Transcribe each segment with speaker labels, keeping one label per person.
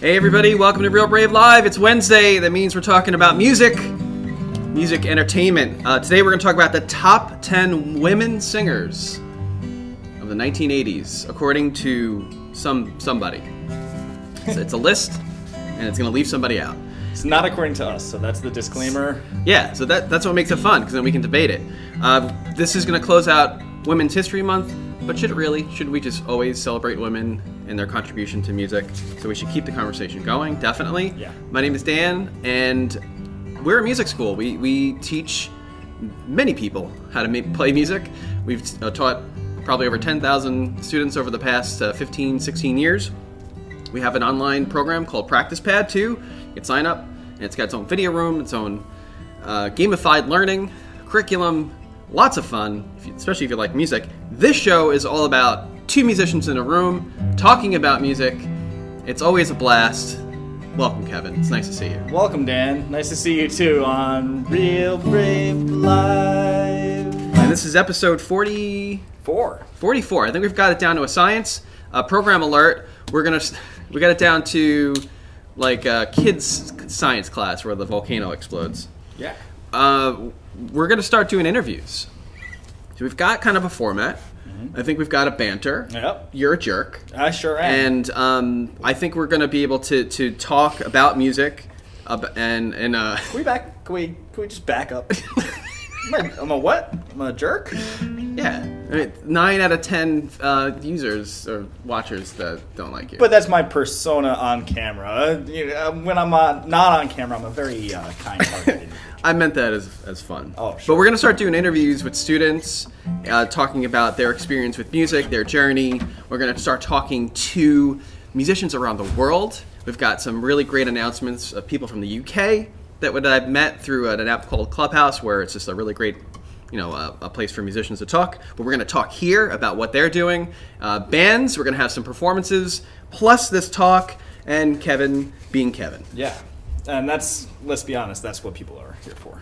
Speaker 1: Hey, everybody, welcome to Real Brave Live. It's Wednesday. That means we're talking about music, music entertainment. Uh, today, we're going to talk about the top 10 women singers of the 1980s, according to some somebody. It's, it's a list, and it's going to leave somebody out.
Speaker 2: It's not according to us, so that's the disclaimer.
Speaker 1: Yeah, so that, that's what makes it fun, because then we can debate it. Uh, this is going to close out Women's History Month, but should it really? Should we just always celebrate women and their contribution to music? So we should keep the conversation going, definitely.
Speaker 2: Yeah.
Speaker 1: My name is Dan, and we're a music school. We, we teach many people how to make, play music. We've uh, taught probably over 10,000 students over the past uh, 15, 16 years. We have an online program called Practice Pad too. You can sign up, and it's got its own video room, its own uh, gamified learning curriculum. Lots of fun, if you- especially if you like music. This show is all about two musicians in a room talking about music. It's always a blast. Welcome, Kevin. It's nice to see you.
Speaker 2: Welcome, Dan. Nice to see you too on Real Brave Live.
Speaker 1: And this is episode 40.
Speaker 2: Four.
Speaker 1: 44. I think we've got it down to a science. Uh, program alert. We're gonna we got it down to like uh, kids science class where the volcano explodes.
Speaker 2: Yeah.
Speaker 1: Uh, we're gonna start doing interviews. So we've got kind of a format. I think we've got a banter.
Speaker 2: Yep.
Speaker 1: You're a jerk.
Speaker 2: I sure am.
Speaker 1: And um, I think we're gonna be able to to talk about music, ab- and and uh,
Speaker 2: can we back? Can we? Can we just back up? I'm, a, I'm a what? I'm a jerk.
Speaker 1: yeah, I mean, nine out of ten uh, users or watchers that don't like you.
Speaker 2: But that's my persona on camera. You know, um, when I'm on, not on camera, I'm a very uh, kind-hearted.
Speaker 1: I meant that as, as fun.
Speaker 2: Oh, sure.
Speaker 1: But we're going to start doing interviews with students, uh, talking about their experience with music, their journey. We're going to start talking to musicians around the world. We've got some really great announcements of people from the UK that would- I've met through an app called Clubhouse, where it's just a really great, you know, uh, a place for musicians to talk. But we're going to talk here about what they're doing, uh, bands. We're going to have some performances, plus this talk, and Kevin being Kevin.
Speaker 2: yeah. And that's let's be honest. That's what people are here for.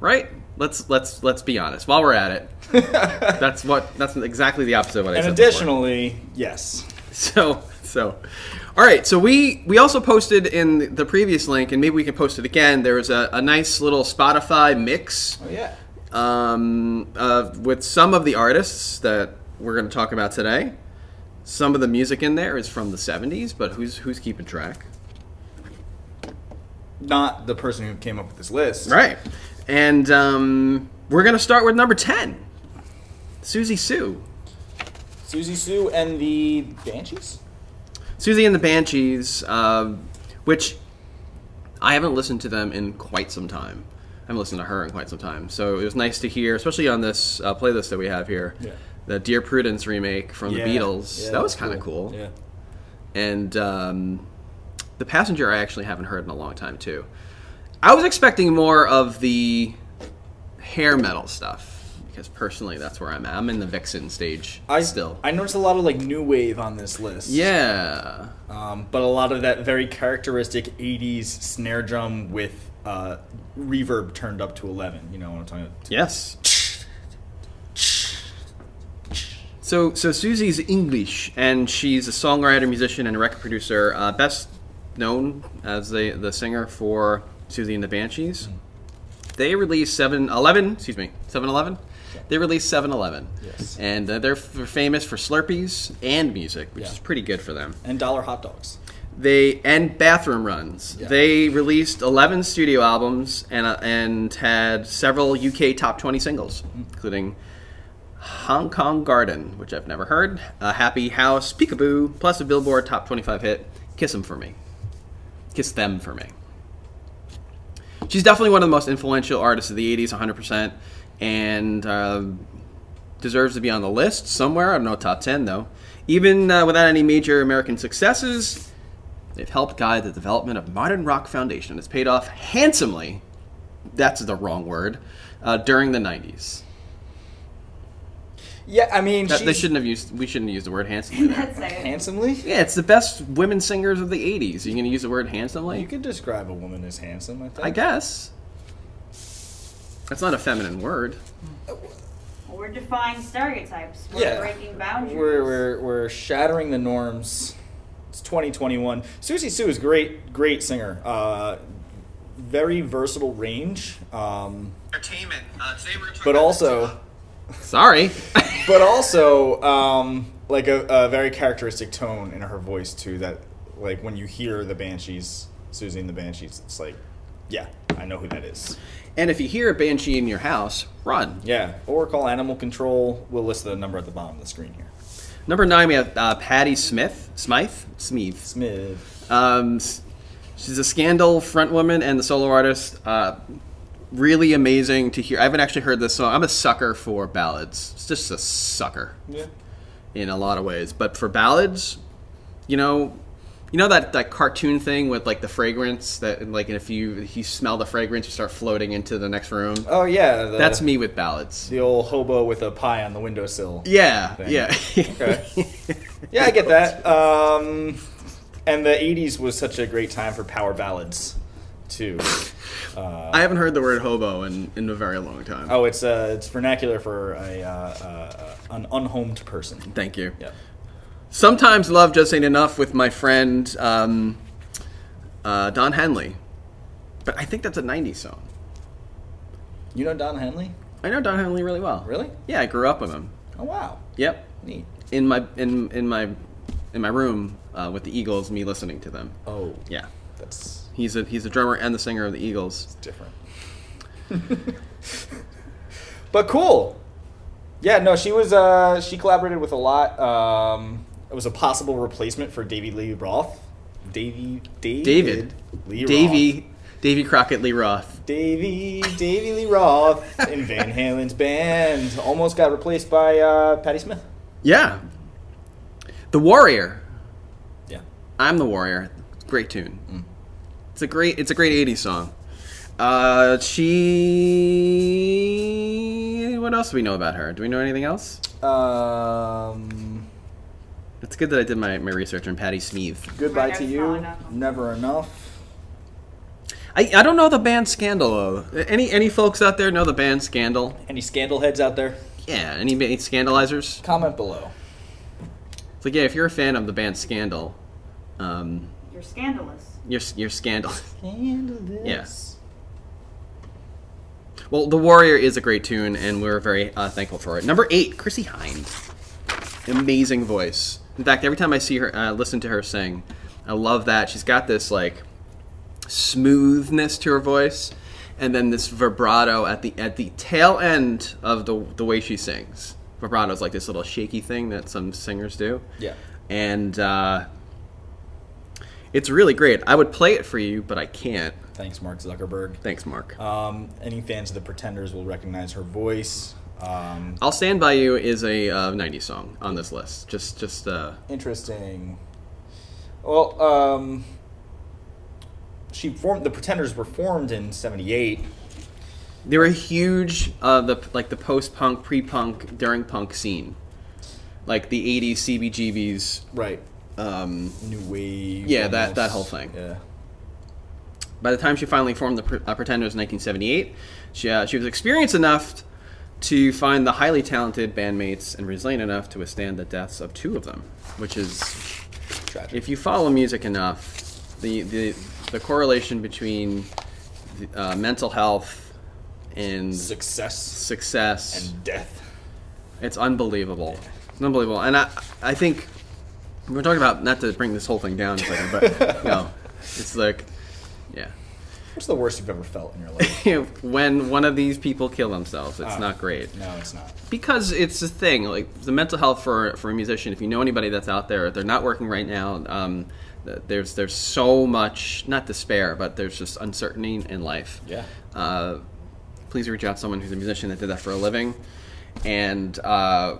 Speaker 1: right? Let's let's let's be honest. While we're at it, that's what that's exactly the opposite of what I
Speaker 2: And
Speaker 1: said. before.
Speaker 2: additionally, yes.
Speaker 1: so so, all right. So we we also posted in the previous link, and maybe we can post it again. There was a, a nice little Spotify mix
Speaker 2: Oh yeah.
Speaker 1: um, uh, with some of the artists that we're going to talk about today. Some of the music in there is from the '70s, but who's who's keeping track?
Speaker 2: Not the person who came up with this list.
Speaker 1: Right. And um, we're going to start with number ten, Susie Sue.
Speaker 2: Susie Sue and the Banshees?
Speaker 1: Susie and the Banshees, um, which I haven't listened to them in quite some time. I haven't listened to her in quite some time. So it was nice to hear, especially on this uh, playlist that we have here,
Speaker 2: Yeah.
Speaker 1: the Dear Prudence remake from the Beatles. that was kind of cool.
Speaker 2: Yeah.
Speaker 1: And um, The Passenger, I actually haven't heard in a long time, too. I was expecting more of the hair metal stuff, because personally, that's where I'm at. I'm in the Vixen stage
Speaker 2: I
Speaker 1: still.
Speaker 2: I noticed a lot of like new wave on this list.
Speaker 1: yeah.
Speaker 2: Um, but a lot of that very characteristic 80s snare drum with uh, reverb turned up to 11. You know what I'm talking about?
Speaker 1: Yes. So, so Susie's English, and she's a songwriter, musician, and record producer, uh, best known as the, the singer for Susie and the Banshees.
Speaker 2: Mm.
Speaker 1: They released 7 11, excuse me, 7 11? They released 7 11.
Speaker 2: Yes.
Speaker 1: And uh, they're f- famous for Slurpees and music, which
Speaker 2: Yeah.
Speaker 1: is pretty good for them
Speaker 2: And dollar hot dogs.
Speaker 1: they and bathroom runs.
Speaker 2: Yeah.
Speaker 1: They released 11 studio albums and uh, and had several UK top 20 singles, including Hong Kong Garden, which I've never heard, uh, Happy House, Peekaboo, plus a Billboard top 25 hit, Kiss 'em for me. Kiss them for me. She's definitely one of the most influential artists of the 80s, 100%, and uh, deserves to be on the list somewhere. I don't know, top 10, though. Even uh, without any major American successes, they've helped guide the development of modern rock foundation. It's paid off handsomely, that's the wrong word, uh, during the 90s.
Speaker 2: Yeah, I mean,
Speaker 1: That,
Speaker 2: she's
Speaker 1: they shouldn't have used, we shouldn't use the word handsomely there.
Speaker 3: That's it.
Speaker 2: handsomely.
Speaker 1: Yeah, it's the best women singers of the 80s. Are you going to use the word handsomely?
Speaker 2: You could describe a woman as handsome, I think.
Speaker 1: I guess. That's not a feminine word.
Speaker 3: We're defying stereotypes. We're
Speaker 2: Yeah.
Speaker 3: breaking boundaries.
Speaker 2: We're, we're, we're shattering the norms. It's 2021. Susie Sue is great, great singer. Uh, very versatile range, um,
Speaker 4: Entertainment. Uh, today we're talking
Speaker 2: but also,
Speaker 1: Sorry.
Speaker 2: but also um, like a, a very characteristic tone in her voice too. That like when you hear the Banshees, Susie and the Banshees, it's like, yeah, I know who that is.
Speaker 1: and if you hear a banshee in your house, run.
Speaker 2: Yeah, or call Animal Control. We'll list the number at the bottom of the screen here.
Speaker 1: Number nine, we have uh, Patty Smith, Smythe, Smith.
Speaker 2: Smith.
Speaker 1: Um, s- she's a Scandal front woman and the solo artist. Uh, really amazing to hear. I haven't actually heard this song. I'm a sucker for ballads. It's just a sucker
Speaker 2: Yeah.
Speaker 1: in a lot of ways. But for ballads, you know, you know that, that cartoon thing with like the fragrance that and, like and if you if you smell the fragrance, you start floating into the next room.
Speaker 2: Oh yeah. The,
Speaker 1: That's me with ballads.
Speaker 2: The old hobo with a pie on the windowsill.
Speaker 1: Yeah,
Speaker 2: Thing.
Speaker 1: yeah.
Speaker 2: Okay. Yeah, I get that. Um, and the '80s was such a great time for power ballads, too. Uh,
Speaker 1: I haven't heard the word hobo in, in a very long time.
Speaker 2: oh, it's uh, it's vernacular for a uh, uh, an unhomed person.
Speaker 1: Thank you.
Speaker 2: Yeah.
Speaker 1: Sometimes love just ain't enough with my friend um, uh, Don Henley, but I think that's a '90s song.
Speaker 2: You know Don Henley?
Speaker 1: I know Don Henley really well.
Speaker 2: Really?
Speaker 1: Yeah, I grew up with him.
Speaker 2: Oh wow,
Speaker 1: Yep,
Speaker 2: neat.
Speaker 1: in my in in my in my room uh, with the Eagles, me listening to them.
Speaker 2: Oh
Speaker 1: Yeah,
Speaker 2: that's
Speaker 1: he's a he's a drummer and the singer of the Eagles.
Speaker 2: different. but cool. Yeah, no, she was uh she collaborated with a lot. Um it was a possible replacement for Davy Lee Roth. Davy David,
Speaker 1: David,
Speaker 2: Lee Roth.
Speaker 1: Davy, Davy Crockett Lee Roth.
Speaker 2: Davy Davy Lee Roth in Van Halen's band almost got replaced by uh Patti Smith.
Speaker 1: Yeah, the Warrior.
Speaker 2: Yeah.
Speaker 1: I'm the Warrior. Great tune. It's a great it's a great 80s song. Uh, she. What else do we know about her? Do we know anything else?
Speaker 2: Um
Speaker 1: It's good that I did my, my research on Patty Smith.
Speaker 2: Goodbye
Speaker 3: Right,
Speaker 2: to
Speaker 3: that's
Speaker 2: you.
Speaker 3: not enough.
Speaker 2: Never enough.
Speaker 1: I, I don't know the band Scandal though. Any any folks out there know the band Scandal?
Speaker 2: Any scandal heads out there?
Speaker 1: Yeah, any, any scandalizers?
Speaker 2: Comment below.
Speaker 1: It's like yeah, if you're a fan of the band Scandal, um,
Speaker 3: You're scandalous.
Speaker 1: you're you're Scandal.
Speaker 2: Scandalous.
Speaker 1: Yes. well, The Warrior is a great tune, and we're very uh, thankful for it. Number eight, Chrissy Hind, amazing voice. In fact, every time I see her, uh, listen to her sing, I love that she's got this like smoothness to her voice, and then this vibrato at the at the tail end of the the way she sings. Vibrato is like this little shaky thing that some singers do.
Speaker 2: Yeah.
Speaker 1: and uh, it's really great. I would play it for you, but I can't.
Speaker 2: Thanks, Mark Zuckerberg.
Speaker 1: Thanks, Mark.
Speaker 2: Um, any fans of the Pretenders will recognize her voice. Um,
Speaker 1: "I'll Stand by You" is a uh, '90s song on this list. Just, just uh,
Speaker 2: interesting. Well, um, she formed the Pretenders were formed in '78.
Speaker 1: they were huge. Uh, the like the post-punk, pre-punk, during punk scene, like the '80s CBGBs.
Speaker 2: Right.
Speaker 1: Um,
Speaker 2: New wave.
Speaker 1: Yeah, that- that whole thing.
Speaker 2: Yeah.
Speaker 1: by the time she finally formed the Pre- uh, Pretenders in 1978, she uh, she was experienced enough to find the highly talented bandmates and resilient enough to withstand the deaths of two of them, which is
Speaker 2: Tragic.
Speaker 1: if you follow music enough, the the, the correlation between the, uh, mental health and
Speaker 2: Success
Speaker 1: success
Speaker 2: and death.
Speaker 1: it's unbelievable it's unbelievable and i i think we're talking about not to bring this whole thing down a second, but no it's like yeah
Speaker 2: What's the worst you've ever felt in your life?
Speaker 1: when one of these people kill themselves it's
Speaker 2: Ah.
Speaker 1: not great
Speaker 2: no, it's not.
Speaker 1: because it's a thing like the mental health for for a musician if you know anybody that's out there if they're not working right now um, th- there's there's so much not despair but there's just uncertainty in life
Speaker 2: Yeah.
Speaker 1: uh, please reach out to someone who's a musician that did that for a living and uh,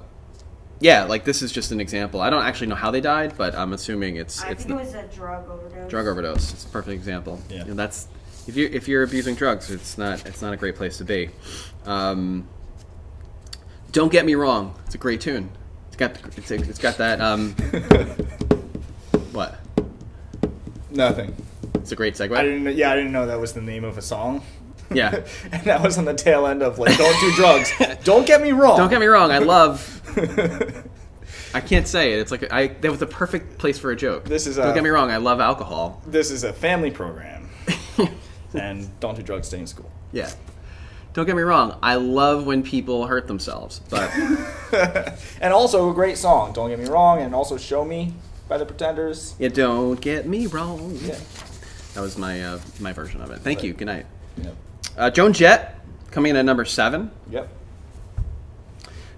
Speaker 1: yeah like this is just an example i don't actually know how they died but i'm assuming it's
Speaker 3: I
Speaker 1: it's
Speaker 3: think it was a drug overdose.
Speaker 1: drug overdose. It's a perfect example.
Speaker 2: Yeah.
Speaker 1: You know, that's if you if you're abusing drugs, it's not it's not a great place to be. Um, don't get me wrong. It's a great tune. It's got it's, it's got that um, what?
Speaker 2: Nothing.
Speaker 1: It's a great segue.
Speaker 2: I didn't. Yeah, I didn't know that was the name of a song.
Speaker 1: Yeah.
Speaker 2: and that was on the tail end of like, don't do drugs. don't get me wrong.
Speaker 1: Don't get me wrong. I love
Speaker 2: me.
Speaker 1: I can't say it. It's like I that was the perfect place for a joke.
Speaker 2: This is,
Speaker 1: don't
Speaker 2: uh,
Speaker 1: get me wrong. I love alcohol.
Speaker 2: This is a family program, and don't do drugs. Stay in school.
Speaker 1: yeah. Don't get me wrong. I love when people hurt themselves, but
Speaker 2: and also a great song. Don't get me wrong. And also "Show Me" by the Pretenders.
Speaker 1: you don't get me wrong.
Speaker 2: Yeah.
Speaker 1: That was my uh, my version of it. Thank you. Good night.
Speaker 2: Yep.
Speaker 1: Uh, Joan Jett coming in at number seven.
Speaker 2: Yep.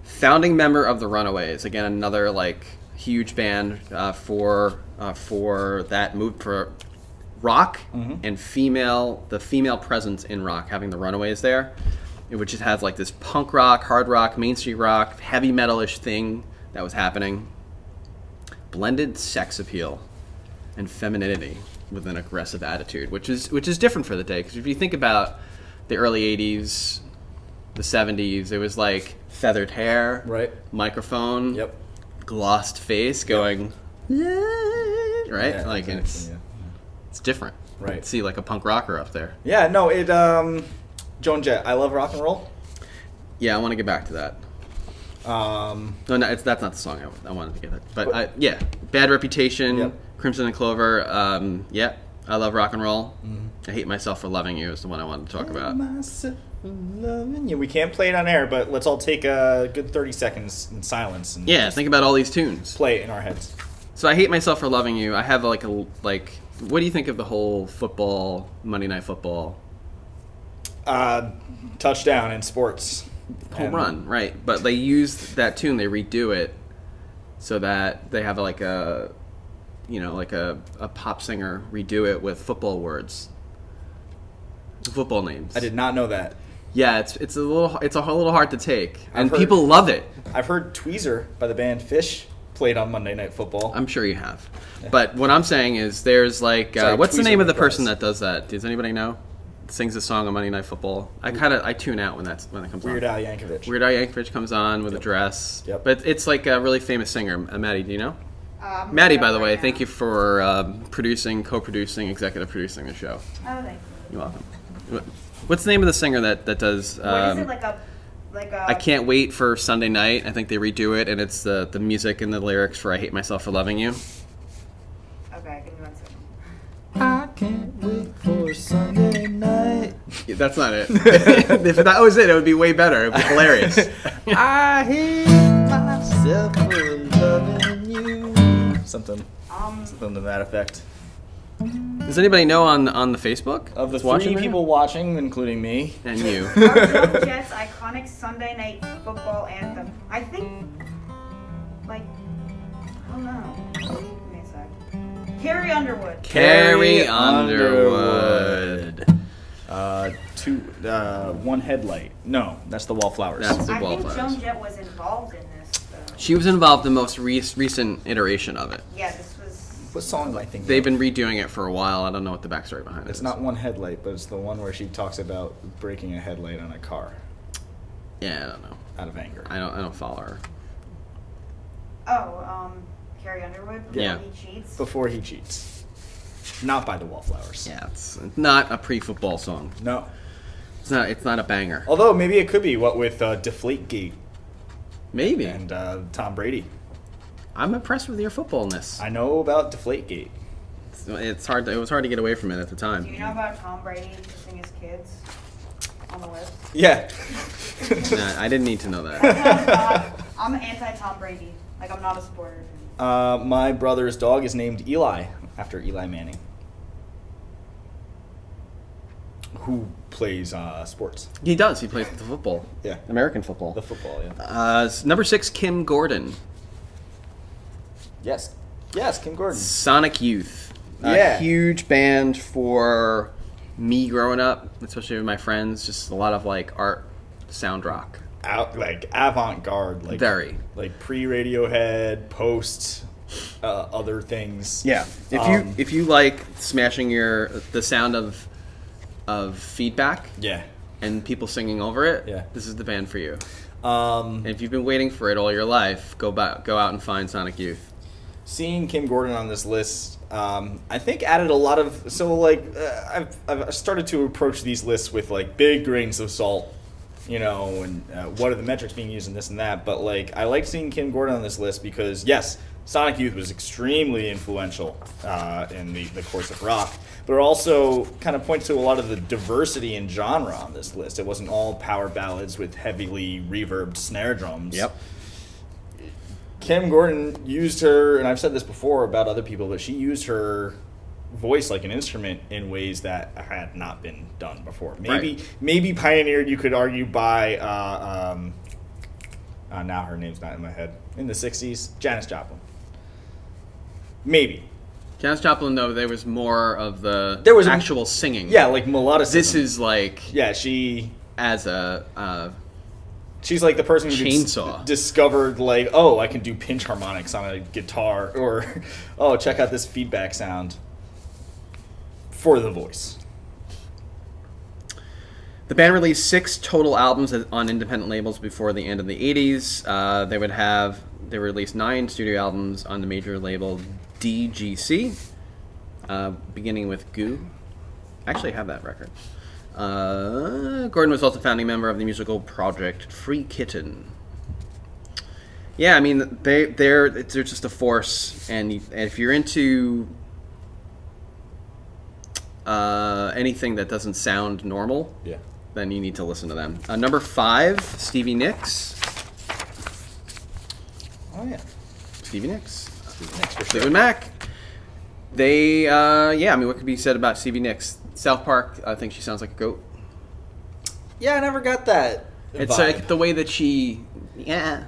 Speaker 1: founding member of the Runaways. Again, another like huge band uh, for uh, for that move for rock and female the female presence in rock, having the Runaways there, which just has like this punk rock, hard rock, main street rock, heavy metalish thing that was happening. Blended sex appeal and femininity with an aggressive attitude, which is which is different for the day. Because if you think about the early '80s, the '70s, it was like feathered hair,
Speaker 2: Right.
Speaker 1: Microphone,
Speaker 2: Yep.
Speaker 1: glossed face, going, "Yeah," right?
Speaker 2: Yeah,
Speaker 1: like and it's
Speaker 2: exactly, yeah.
Speaker 1: it's different.
Speaker 2: Right.
Speaker 1: See, like a punk rocker up there.
Speaker 2: Yeah, no, it um Joan Jett, I love rock and roll.
Speaker 1: Yeah, I want to get back to that.
Speaker 2: Um
Speaker 1: No, no, it's, that's not the song I, I wanted to get. At. But I, yeah, Bad Reputation,
Speaker 2: Yep.
Speaker 1: Crimson and Clover. Um, yeah, I love rock and roll. I hate myself for loving you is the one I wanted to talk about.
Speaker 2: Myself loving you. We can't play it on air, but let's all take a good thirty seconds in silence and
Speaker 1: Yeah, think about all these tunes.
Speaker 2: play it in our heads.
Speaker 1: So I hate myself for loving you. I have like a like. What do you think of the whole football Monday Night Football
Speaker 2: Uh touchdown in sports.
Speaker 1: home
Speaker 2: And-
Speaker 1: run? Right, but they used that tune. They redo it so that they have like a you know like a, a pop singer redo it with football words, football names.
Speaker 2: I did not know that.
Speaker 1: Yeah, it's it's a little it's a little hard to take, and
Speaker 2: heard-
Speaker 1: people love it.
Speaker 2: I've heard Tweezer by the band Fish played on Monday Night Football.
Speaker 1: I'm sure you have. But what I'm saying is, there's like, uh,
Speaker 2: Sorry,
Speaker 1: what's the
Speaker 2: Tweezer
Speaker 1: name of the
Speaker 2: Regrets.
Speaker 1: person that does that? Does anybody know? Sings a song on Monday Night Football. I
Speaker 2: Mm.
Speaker 1: kind of I tune out when that's when it comes
Speaker 2: Weird
Speaker 1: on.
Speaker 2: Al Yankovic.
Speaker 1: Weird Al Yankovic comes on with a dress.
Speaker 2: Yep.
Speaker 1: But it's like a really famous singer, uh, Maddie. Do you know?
Speaker 3: Uh, I'm
Speaker 1: Maddie,
Speaker 3: looking
Speaker 1: by
Speaker 3: up
Speaker 1: the
Speaker 3: right
Speaker 1: way,
Speaker 3: now.
Speaker 1: thank you for um, producing, co-producing, executive producing the show.
Speaker 3: Oh, thank you.
Speaker 1: You're welcome. Wh- What's the name of the singer that that does? Um,
Speaker 3: What is it like a like a?
Speaker 1: I can't wait for Sunday night. I think they redo it, and it's the the music and the lyrics for "I Hate Myself for Loving You."
Speaker 3: Okay, give me one second.
Speaker 2: I can't wait for Sunday night.
Speaker 1: Yeah, that's not it. if that was it, it would be way better. It'd be hilarious.
Speaker 2: I hate myself for loving you. Something,
Speaker 3: Um,
Speaker 2: something to that effect.
Speaker 1: Does anybody know on on the Facebook
Speaker 2: Of the
Speaker 1: that's watching
Speaker 2: three
Speaker 1: right
Speaker 2: people watching, including me,
Speaker 1: now? and you?
Speaker 3: our Joan Jett's iconic Sunday night football anthem. I think, like, I don't know. Give me a sec. Carrie Underwood.
Speaker 1: Carrie
Speaker 2: Carrie Underwood.
Speaker 1: Underwood.
Speaker 2: uh, two, uh, one headlight. No, that's the wallflowers.
Speaker 1: That's the
Speaker 3: I think
Speaker 1: wallflowers.
Speaker 3: Joan Jett was involved in this. Though.
Speaker 1: She was involved in the most re- recent iteration of it.
Speaker 3: Yeah, this was.
Speaker 2: what song do I think?
Speaker 1: They've been redoing it for a while. I don't know what the backstory behind it
Speaker 2: It's
Speaker 1: is.
Speaker 2: not one headlight, but it's the one where she talks about breaking a headlight on a car
Speaker 1: Yeah, I don't know.
Speaker 2: out of anger.
Speaker 1: I don't. I don't follow her.
Speaker 3: Oh, um, Carrie Underwood.
Speaker 1: Yeah.
Speaker 3: He cheats.
Speaker 2: Before he cheats, not by the wallflowers.
Speaker 1: Yeah, it's not a pre-football song.
Speaker 2: No.
Speaker 1: It's not. It's not a banger.
Speaker 2: Although maybe it could be what with uh, Deflategate
Speaker 1: Maybe.
Speaker 2: and uh, Tom Brady.
Speaker 1: I'm impressed with your footballness.
Speaker 2: I know about Deflategate.
Speaker 1: It's- It's hard. To, it was hard to get away from it at the
Speaker 3: Do you
Speaker 1: time.
Speaker 3: know about Tom Brady kissing his kids on the lips?
Speaker 2: Yeah.
Speaker 1: Nah, I didn't need to know that.
Speaker 3: I'm anti Tom Brady. Like I'm not a supporter of
Speaker 2: Uh,
Speaker 3: him.
Speaker 2: my brother's dog is named Eli after Eli Manning, who plays uh, sports.
Speaker 1: he does. He plays the football.
Speaker 2: Yeah.
Speaker 1: American football.
Speaker 2: The football, yeah.
Speaker 1: Uh, s- number six, Kim Gordon,
Speaker 2: Yes. Yes, Kim Gordon.
Speaker 1: Sonic Youth. A
Speaker 2: Yeah.
Speaker 1: huge band for me growing up, especially with my friends. Just a lot of like art, sound rock.
Speaker 2: Out like avant-garde, like
Speaker 1: Very.
Speaker 2: like pre-Radiohead, post uh, other things.
Speaker 1: If you
Speaker 2: Um,
Speaker 1: if you like smashing your the sound of of feedback
Speaker 2: Yeah.
Speaker 1: and people singing over it,
Speaker 2: Yeah.
Speaker 1: this is the band for you.
Speaker 2: Um,
Speaker 1: And if you've been waiting for it all your life, go back, go out and find Sonic Youth.
Speaker 2: seeing Kim Gordon on this list, um, I think added a lot of. So like, uh, I've I've started to approach these lists with like big grains of salt you know, and uh, what are the metrics being used and this and that. But like, I like seeing Kim Gordon on this list because yes, Sonic Youth was extremely influential uh, in the, the course of rock, but it also kind of points to a lot of the diversity in genre on this list. It wasn't all power ballads with heavily reverbed snare drums.
Speaker 1: Yep.
Speaker 2: Kim Gordon used her, and I've said this before about other people, but she used her voice like an instrument in ways that had not been done before. Maybe
Speaker 1: Right.
Speaker 2: maybe pioneered, you could argue, by uh, um, uh, now her name's not in my head in the '60s, Janis Joplin. Maybe
Speaker 1: Janis Joplin, though, there was more of the
Speaker 2: There was a-
Speaker 1: actual singing.
Speaker 2: yeah, like melodic.
Speaker 1: this is like
Speaker 2: yeah. She
Speaker 1: as a uh,
Speaker 2: She's like the person who dis-
Speaker 1: Chainsaw.
Speaker 2: discovered like, oh, I can do pinch harmonics on a guitar, or oh, check out this feedback sound for the voice.
Speaker 1: The band released six total albums on independent labels before the end of the 80s. Uh, they would have, they released nine studio albums on the major label DGC, uh, beginning with Goo. I actually have that record. Uh, Gordon was also founding member of the musical project Free Kitten. Yeah, I mean, they, they're, they're just a force, and if you're into uh, anything that doesn't sound normal,
Speaker 2: Yeah.
Speaker 1: then you need to listen to them. Uh, number five, Stevie Nicks.
Speaker 2: Oh yeah.
Speaker 1: Stevie Nicks.
Speaker 2: Next for sure.
Speaker 1: Fleetwood Mac. They, uh, yeah, I mean, what could be said about Stevie Nicks? South Park, I think she sounds like a goat.
Speaker 2: Yeah, I never got that.
Speaker 1: It's
Speaker 2: vibe.
Speaker 1: like the way that she, yeah.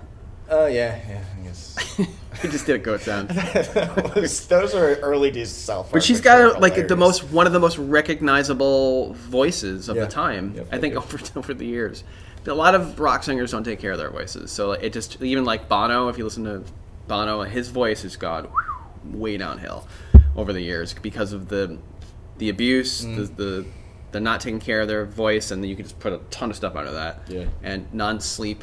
Speaker 2: Oh yeah, yeah. I guess.
Speaker 1: I just did a goat sound.
Speaker 2: those, those are early days of South Park,
Speaker 1: But she's
Speaker 2: which
Speaker 1: got
Speaker 2: are
Speaker 1: like the
Speaker 2: hilarious.
Speaker 1: most one of the most recognizable voices of
Speaker 2: Yeah.
Speaker 1: the time.
Speaker 2: Yeah,
Speaker 1: I think
Speaker 2: yeah.
Speaker 1: over over the years, a lot of rock singers don't take care of their voices. So like, it just even like Bono, if you listen to Bono, his voice has gone way downhill over the years because of the the abuse,
Speaker 2: Mm.
Speaker 1: the, the the not taking care of their voice, and you can just put a ton of stuff under that.
Speaker 2: Yeah.
Speaker 1: And non-sleep.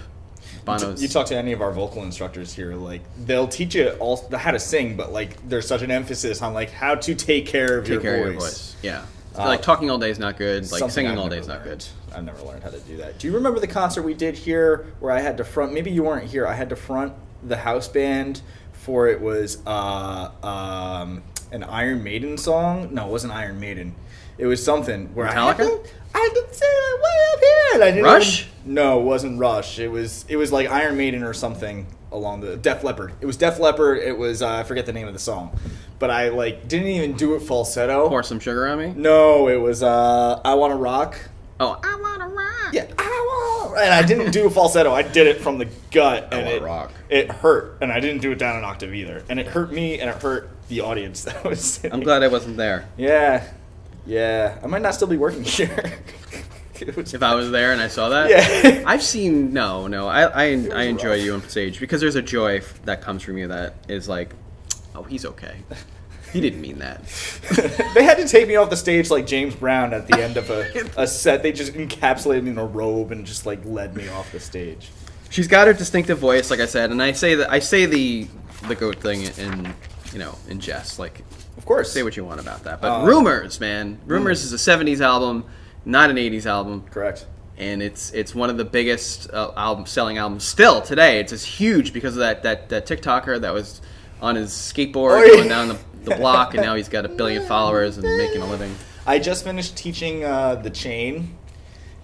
Speaker 1: Bono's
Speaker 2: You talk to any of our vocal instructors here, like they'll teach you all how to sing, but like there's such an emphasis on like how to take care of, your,
Speaker 1: take care
Speaker 2: voice.
Speaker 1: of your voice. Yeah.
Speaker 2: Uh,
Speaker 1: like talking all day is not good. Like
Speaker 2: Something
Speaker 1: singing
Speaker 2: I've
Speaker 1: all day
Speaker 2: never
Speaker 1: is not
Speaker 2: learned.
Speaker 1: good.
Speaker 2: I've never learned how to do that. Do you remember the concert we did here where I had to front? Maybe you weren't here. I had to front the house band for it was uh, um, an Iron Maiden song. No, it wasn't Iron Maiden. It was something where I had
Speaker 1: Metallica?
Speaker 2: to. I can say it way up here. And I didn't
Speaker 1: Rush?
Speaker 2: even- no, it wasn't Rush. It was it was like Iron Maiden or something along the Def Leppard. It was Def Leppard. It was uh, I forget the name of the song, but I like didn't even do it falsetto.
Speaker 1: Pour some sugar on me.
Speaker 2: No, it was uh, I Want to Rock.
Speaker 1: Oh, I wanna rock.
Speaker 2: Yeah, I want. And I didn't do falsetto. I did it from the gut, and
Speaker 1: Wanna
Speaker 2: it
Speaker 1: Rock.
Speaker 2: it hurt. And I didn't do it down an octave either, and it hurt me, and it hurt the audience that was. Sitting.
Speaker 1: I'm glad I wasn't there.
Speaker 2: Yeah, yeah. I might not still be working here. It was-
Speaker 1: If I was there and I saw that,
Speaker 2: Yeah.
Speaker 1: I've seen no, no. I I, I enjoy
Speaker 2: rough.
Speaker 1: you on stage because there's a joy f- that comes from you that is like, oh, he's okay. He didn't mean that.
Speaker 2: they had to take me off the stage like James Brown at the end of a, a set. They just encapsulated me in a robe and just like led me off the stage.
Speaker 1: She's got her distinctive voice, like I said, and I say that I say the the goat thing in you know in jest. Like,
Speaker 2: Of course,
Speaker 1: say what you want about that, but
Speaker 2: Uh,
Speaker 1: rumors, man,
Speaker 2: Hmm.
Speaker 1: rumors is a '70s album, not an '80s album.
Speaker 2: correct.
Speaker 1: and it's it's one of the biggest uh, album selling albums still today. It's just huge because of that that that TikToker that was on his skateboard
Speaker 2: Oh, yeah.
Speaker 1: going down the, the block, and now he's got a billion followers and making a living.
Speaker 2: I just finished teaching uh, the chain,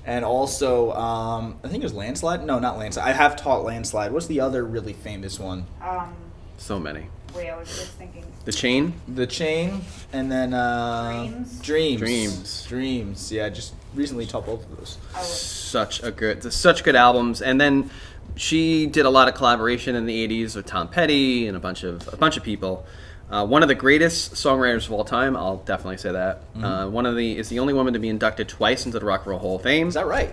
Speaker 2: and also um, I think it was landslide. No, not landslide. I have taught landslide. What's the other really famous one?
Speaker 3: Um,
Speaker 1: So many.
Speaker 3: wait, I was just thinking.
Speaker 1: The chain.
Speaker 2: The chain, and then uh,
Speaker 3: Dreams?
Speaker 2: dreams,
Speaker 1: Dreams.
Speaker 2: Dreams. Yeah, I just recently taught both of those.
Speaker 3: I was,
Speaker 1: such a good such good albums and then she did a lot of collaboration in the 80s with tom petty and a bunch of a bunch of people uh, one of the greatest songwriters of all time i'll definitely say that
Speaker 2: Mm-hmm.
Speaker 1: uh, one of the is the only woman to be inducted twice into the rock and roll hall of fame
Speaker 2: Is that right?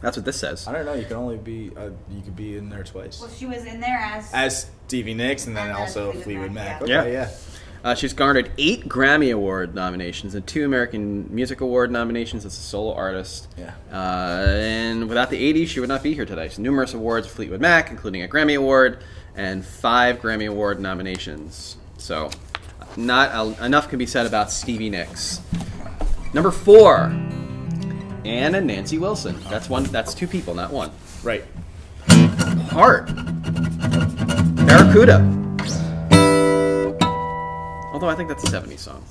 Speaker 1: that's what this says
Speaker 2: I don't know. You can only be uh, you could be in there twice.
Speaker 3: well, she was in there as.
Speaker 2: As Stevie Nicks, and then
Speaker 3: And then
Speaker 2: also
Speaker 3: Fleetwood
Speaker 2: Fleetwood Mac.
Speaker 3: Mac,
Speaker 2: Okay,
Speaker 1: yeah.
Speaker 2: yeah. yeah.
Speaker 1: Uh, she's garnered eight Grammy Award nominations and two American Music Award nominations as a solo artist.
Speaker 2: Yeah.
Speaker 1: Uh, and without the 80s, she would not be here today. So numerous awards for Fleetwood Mac, including a Grammy Award and five Grammy Award nominations. So, not a, enough can be said about Stevie Nicks. Number four, Anne and Nancy Wilson. That's one. That's two people, not one.
Speaker 2: Right.
Speaker 1: Heart. Barracuda. Although I think that's a 70s song.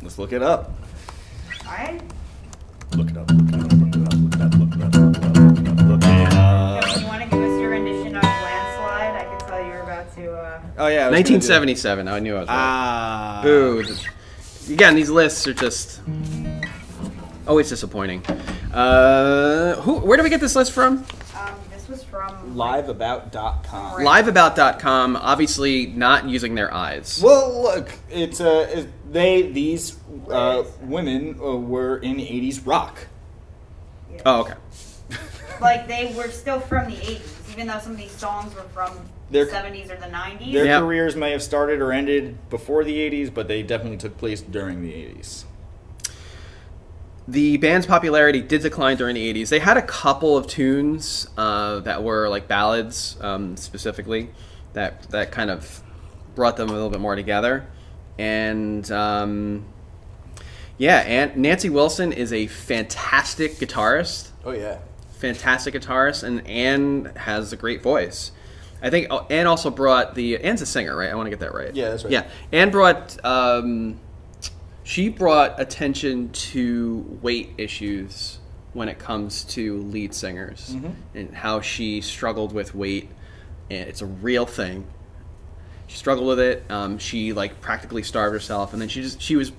Speaker 2: Let's look it up.
Speaker 3: I
Speaker 2: Look it up. Look it up. Look it up. Look it up. Look it up. Look it up. Look it up. Look it up.
Speaker 3: if you want to give us your rendition of landslide, I can tell you're about to. Uh,
Speaker 2: Oh yeah. I was gonna do that.
Speaker 1: 1977. I knew I was right.
Speaker 2: Ah.
Speaker 1: Boo. Again, these lists are just always disappointing. Uh, who? Where do we get this list from?
Speaker 3: um, this was from.
Speaker 2: Liveabout.com.
Speaker 1: Liveabout.com. Obviously, not using their eyes.
Speaker 2: Well, look, it's uh, it- they these uh, women uh, were in '80s rock.
Speaker 3: yeah.
Speaker 1: Oh, okay.
Speaker 3: Like they were still from the 80s, even though some of these songs were from
Speaker 2: They're-
Speaker 3: the 70s or the 90s.
Speaker 2: Their
Speaker 1: Yep.
Speaker 2: careers may have started or ended before the '80s, but they definitely took place during the '80s.
Speaker 1: The band's popularity did decline during the 80s. They had a couple of tunes uh, that were like ballads um, specifically that, that kind of brought them a little bit more together. And um, yeah, and Nancy Wilson is a fantastic guitarist.
Speaker 2: Oh yeah.
Speaker 1: Fantastic guitarist, and Anne has a great voice. I think oh, Anne also brought the Anne's a singer, right? I want to get that right.
Speaker 2: Yeah, that's right.
Speaker 1: Yeah, Anne brought um, she brought attention to weight issues when it comes to lead singers
Speaker 2: Mm-hmm.
Speaker 1: and how she struggled with weight. And it's a real thing. She struggled with it. Um, she like practically starved herself, and then she just she was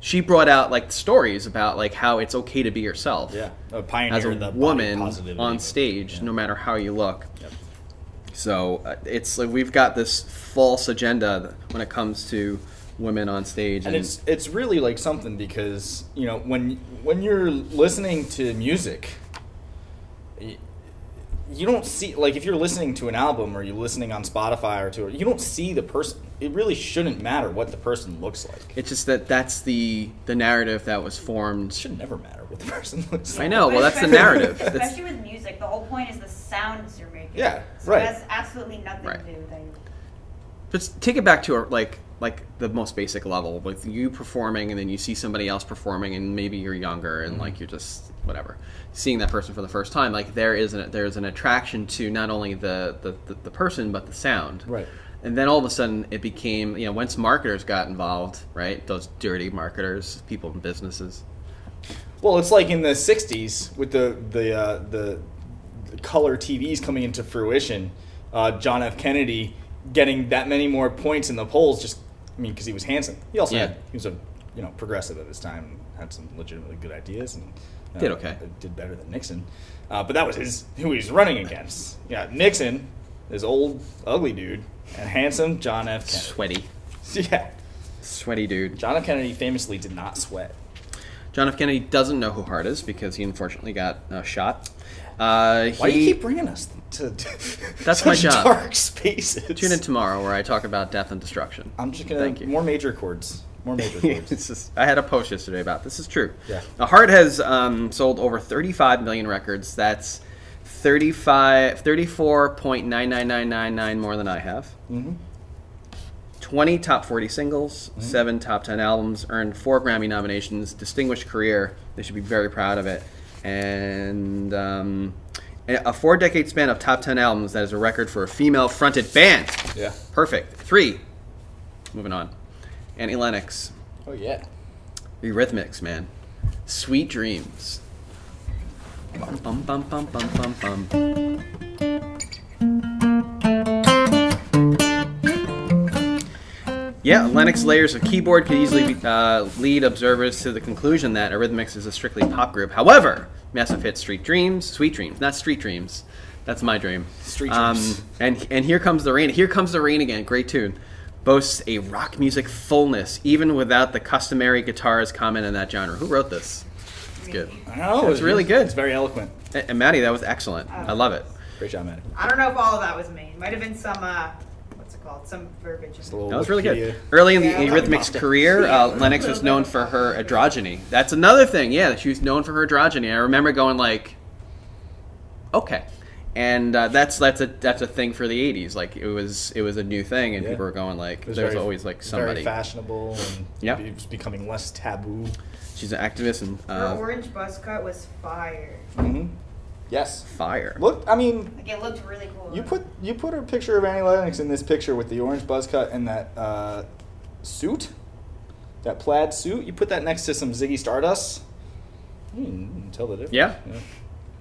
Speaker 1: she brought out like stories about like how it's okay to be yourself
Speaker 2: Yeah. A pioneer
Speaker 1: as a
Speaker 2: in the body
Speaker 1: woman
Speaker 2: positivity
Speaker 1: on
Speaker 2: movement.
Speaker 1: stage,
Speaker 2: Yeah.
Speaker 1: no matter how you look.
Speaker 2: Yep.
Speaker 1: So uh, it's like we've got this false agenda th- when it comes to women on stage,
Speaker 2: and it's it's really like something because you know when when you're listening to music y- you don't see like if you're listening to an album or you're listening on spotify or to you don't see the person it really shouldn't matter what the person looks like it
Speaker 1: it's just that that's the the narrative that was formed.
Speaker 2: should never matter what the person looks like
Speaker 1: I know. Well, that's the narrative. That's,
Speaker 3: Especially with music, the whole point is the sounds you're making.
Speaker 2: Yeah,
Speaker 3: so
Speaker 2: right.
Speaker 3: It has absolutely nothing
Speaker 1: Right.
Speaker 3: to do with anything.
Speaker 1: just take it back to a, like like the most basic level with you performing, and then you see somebody else performing, and maybe you're younger,
Speaker 2: Mm-hmm.
Speaker 1: and like you're just whatever seeing that person for the first time. Like there is an there is an attraction to not only the the, the, the person but the sound.
Speaker 2: Right.
Speaker 1: And then all of a sudden, it became you know once marketers got involved, right? Those dirty marketers, people in businesses.
Speaker 2: well it's like in the 60s with the the uh, the, the color tvs coming into fruition uh, john f kennedy getting that many more points in the polls just i mean because he was handsome he also
Speaker 1: Yeah.
Speaker 2: had he was a you know progressive at his time and had some legitimately good ideas and uh,
Speaker 1: Did okay.
Speaker 2: did better than nixon uh, but that was his who he was running against yeah nixon this old ugly dude and handsome john f kennedy
Speaker 1: Sweaty,
Speaker 2: yeah
Speaker 1: sweaty dude.
Speaker 2: john f kennedy famously did not sweat
Speaker 1: John F. Kennedy doesn't know who Hart is because he unfortunately got uh, shot. Uh,
Speaker 2: Why do
Speaker 1: he-
Speaker 2: you keep bringing us to
Speaker 1: That's
Speaker 2: such
Speaker 1: my job.
Speaker 2: dark spaces?
Speaker 1: Tune in tomorrow where I talk about death and destruction.
Speaker 2: I'm just gonna
Speaker 1: Thank you.
Speaker 2: more major chords, more major chords.
Speaker 1: It's just- I had a post yesterday about this. Is true.
Speaker 2: Yeah.
Speaker 1: Now, Heart has um, sold over 35 million records. That's 35, 34.99999 more than I have.
Speaker 2: hmm
Speaker 1: 20 top 40 singles,
Speaker 2: Mm-hmm.
Speaker 1: seven top 10 albums, earned four Grammy nominations, distinguished career. They should be very proud of it. And um, a four decade span of top 10 albums, that is a record for a female fronted band.
Speaker 2: Yeah.
Speaker 1: Perfect. Three. Moving on. Annie Lennox,
Speaker 2: Oh yeah.
Speaker 1: Eurythmics, man. Sweet Dreams. Bum, bum, bum, bum, bum, bum, bum. Yeah, Lennox layers of keyboard could easily be, uh, lead observers to the conclusion that Eurythmics is a strictly pop group. However, massive hit Street Dreams, Sweet Dreams, not Street Dreams. That's my dream. Um,
Speaker 2: Street Dreams.
Speaker 1: And and here comes the rain. Here comes the rain again. Great tune. Boasts a rock music fullness, even without the customary guitars common in that genre. Who wrote this? It's good.
Speaker 2: I know.
Speaker 1: That's really good.
Speaker 2: Oh, It's very eloquent.
Speaker 1: And, and Maddie, that was excellent. I love it.
Speaker 2: Great job, Matt.
Speaker 3: I don't know if all of that was me. It might have been some, uh, what's it called? Some verbiage.
Speaker 2: It's a little
Speaker 1: That was really good.
Speaker 2: Wikipedia.
Speaker 1: Early in the
Speaker 3: Yeah, I love
Speaker 1: Eurythmics'
Speaker 2: Mazda.
Speaker 1: career, uh, Lennox was known for her androgyny. That's another thing. Yeah, she was known for her androgyny. I remember going like, okay, and uh, that's that's a that's a thing for the '80s. Like it was it was a new thing, and
Speaker 2: Yeah.
Speaker 1: people were going like,
Speaker 2: It was
Speaker 1: "There's
Speaker 2: very-
Speaker 1: always like somebody."
Speaker 2: very fashionable and
Speaker 1: Yep.
Speaker 2: it was becoming less taboo.
Speaker 1: She's an activist and
Speaker 3: Her
Speaker 1: uh,
Speaker 3: orange buzz cut was fire.
Speaker 2: hmm Yes.
Speaker 1: fire.
Speaker 2: Look, I mean,
Speaker 3: Like it looked really cool.
Speaker 2: you put you put a picture of Annie Lennox in this picture with the orange buzz cut and that uh, suit, that plaid suit. You put that next to some Ziggy Stardust. You can tell the difference.
Speaker 1: Yeah.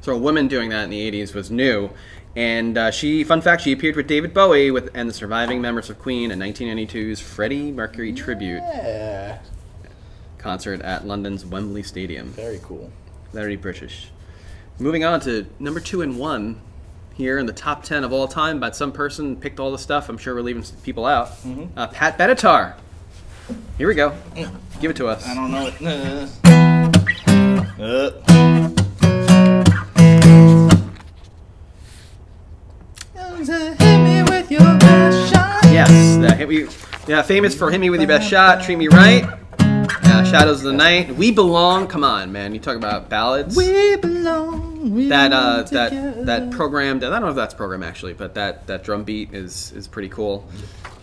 Speaker 1: So a woman doing that in the '80s was new, and uh, she, fun fact, she appeared with David Bowie with and the surviving members of Queen in 1992's Freddie Mercury tribute
Speaker 2: Yeah.
Speaker 1: concert at London's Wembley Stadium.
Speaker 2: Very cool.
Speaker 1: Very British. Moving on to number two and one here in the top ten of all time, but some person picked all the stuff. I'm sure we're leaving some people out. Uh, Pat Benatar. Here we go. Give it to us.
Speaker 2: I don't know it. Uh.
Speaker 1: Yes, that hit me. Yeah, famous for "Hit Me with Your Best Shot," "Treat Me Right," uh, "Shadows of the Night," "We Belong." Come on, man, you talk about ballads.
Speaker 2: We belong. We
Speaker 1: that uh,
Speaker 2: belong
Speaker 1: that that
Speaker 2: together.
Speaker 1: programmed. I don't know if that's programmed actually, but that that drum beat is is pretty cool.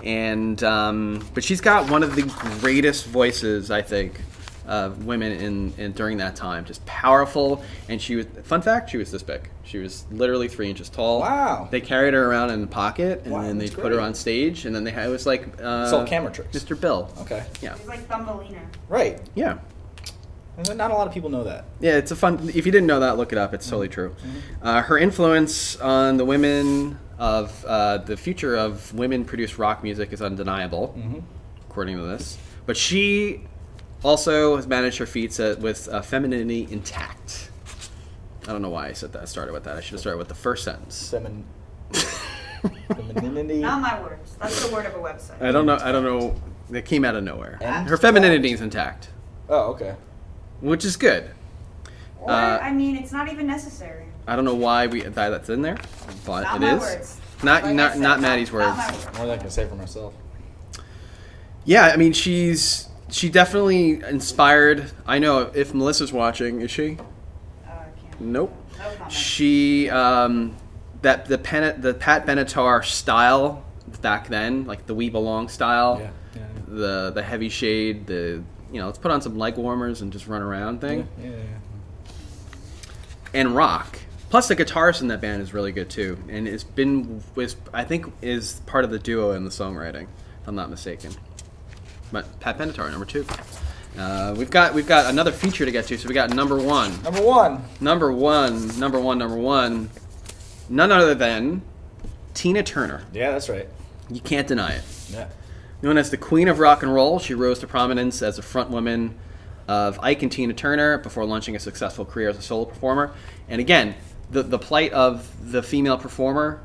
Speaker 1: And um, but she's got one of the greatest voices I think of women in, in during that time. Just powerful, and she was. Fun fact: she was this big. She was literally three inches tall.
Speaker 2: Wow.
Speaker 1: They carried her around in the pocket, and
Speaker 2: Wow,
Speaker 1: then they
Speaker 2: that's
Speaker 1: put
Speaker 2: great.
Speaker 1: her on stage, and then they had, it was like uh,
Speaker 2: all camera tricks. Oh.
Speaker 1: Mr. Bill.
Speaker 2: Okay.
Speaker 1: Yeah.
Speaker 3: She's like Thumbelina.
Speaker 2: Right.
Speaker 1: Yeah.
Speaker 2: Not a lot of people know that.
Speaker 1: Yeah, it's a fun. If you didn't know that, look it up. It's totally
Speaker 3: Mm-hmm.
Speaker 1: true. Uh, her influence on the women of uh, the future of women produced rock music is undeniable,
Speaker 3: Mm-hmm.
Speaker 2: Mm-hmm.
Speaker 1: according to this. But she also has managed her feats uh, with uh, femininity intact. I don't know why I said that. I started with that. I should have started with the first sentence.
Speaker 2: Semin- femininity.
Speaker 3: Not my words. That's the word of a website.
Speaker 1: I don't know. I don't know. It came out of nowhere.
Speaker 2: And-
Speaker 1: Her femininity is intact,
Speaker 2: Oh, okay.
Speaker 1: which is good.
Speaker 3: Or
Speaker 1: Uh,
Speaker 3: I mean, it's not even necessary.
Speaker 1: I don't know why we that that's in there, but
Speaker 3: Not
Speaker 1: it
Speaker 3: my
Speaker 1: is.
Speaker 3: words.
Speaker 1: Not
Speaker 3: Like I
Speaker 1: not
Speaker 3: said,
Speaker 1: not Maddie's
Speaker 3: not
Speaker 1: words.
Speaker 3: my words.
Speaker 2: More than I can say for myself.
Speaker 1: Yeah, I mean, she's she definitely inspired. I know if Melissa's watching, is she?
Speaker 3: Uh, I can't.
Speaker 1: Nope.
Speaker 3: No comment.
Speaker 1: She um, that the Pen- the Pat Benatar style back then, like the We Belong style,
Speaker 2: Yeah. Yeah.
Speaker 1: the the heavy shade, the you know, let's put on some leg warmers and just run around
Speaker 2: Yeah.
Speaker 1: thing,
Speaker 2: yeah, yeah.
Speaker 1: and rock. Plus, the guitarist in that band is really good too, and it's been was I think is part of the duo in the songwriting, if I'm not mistaken. But Pat Benatar, number two. Uh, we've got we've got another feature to get to, so we got number one,
Speaker 2: Number one.
Speaker 1: number one, number one, number one. None other than Tina Turner.
Speaker 2: Yeah, that's right.
Speaker 1: You can't deny it.
Speaker 2: Yeah.
Speaker 1: Known as the Queen of Rock and Roll, she rose to prominence as a front woman of Ike and Tina Turner before launching a successful career as a solo performer. And again, the, the plight of the female performer,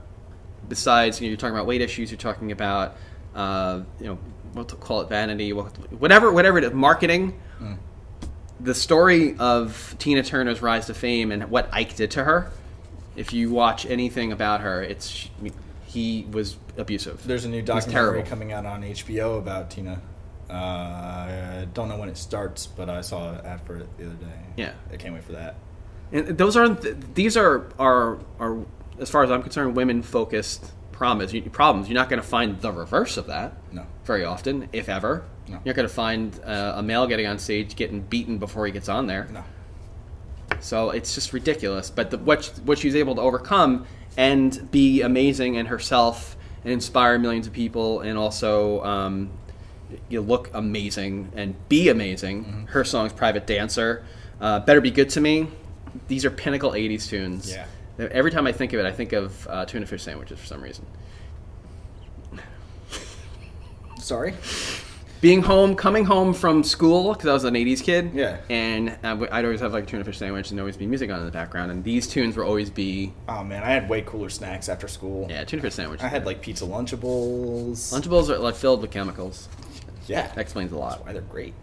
Speaker 1: besides, you know, you're talking about weight issues, you're talking about, uh, you know, we'll t- call it vanity, we'll- whatever, whatever it is, marketing.
Speaker 2: Mm.
Speaker 1: The story of Tina Turner's rise to fame and what Ike did to her, if you watch anything about her, it's she, he was abusive.
Speaker 2: There's a new
Speaker 1: He was
Speaker 2: documentary
Speaker 1: terrible.
Speaker 2: coming out on HBO about Tina. Uh, I don't know when it starts, but I saw an ad for it the other day.
Speaker 1: Yeah.
Speaker 2: I can't wait for that.
Speaker 1: And those aren't th- these are are are as far as I'm concerned women focused promise you- problems. You're not going to find the reverse of that
Speaker 2: No.
Speaker 1: very often, if ever.
Speaker 2: No.
Speaker 1: You're going to find uh, a male getting on stage getting beaten before he gets on there.
Speaker 2: No.
Speaker 1: So it's just ridiculous. But the, what what she's able to overcome and be amazing in herself and inspire millions of people and also um, you look amazing and be amazing.
Speaker 2: Mm-hmm.
Speaker 1: Her songs "Private Dancer," uh, "Better Be Good to Me," these are pinnacle '80s tunes.
Speaker 2: Yeah.
Speaker 1: Every time I think of it, I think of uh, tuna fish sandwiches for some reason.
Speaker 2: Sorry.
Speaker 1: being home, coming home from school because I was an '80s kid.
Speaker 2: Yeah.
Speaker 1: And I w- I'd always have like a tuna fish sandwich, and there always be music on in the background, and these tunes would always be
Speaker 2: Oh man, I had way cooler snacks after school.
Speaker 1: yeah tuna fish sandwich.
Speaker 2: I had like pizza Lunchables.
Speaker 1: Lunchables are like filled with chemicals.
Speaker 2: Yeah.
Speaker 1: That explains a
Speaker 2: That's
Speaker 1: lot.
Speaker 2: why they're great.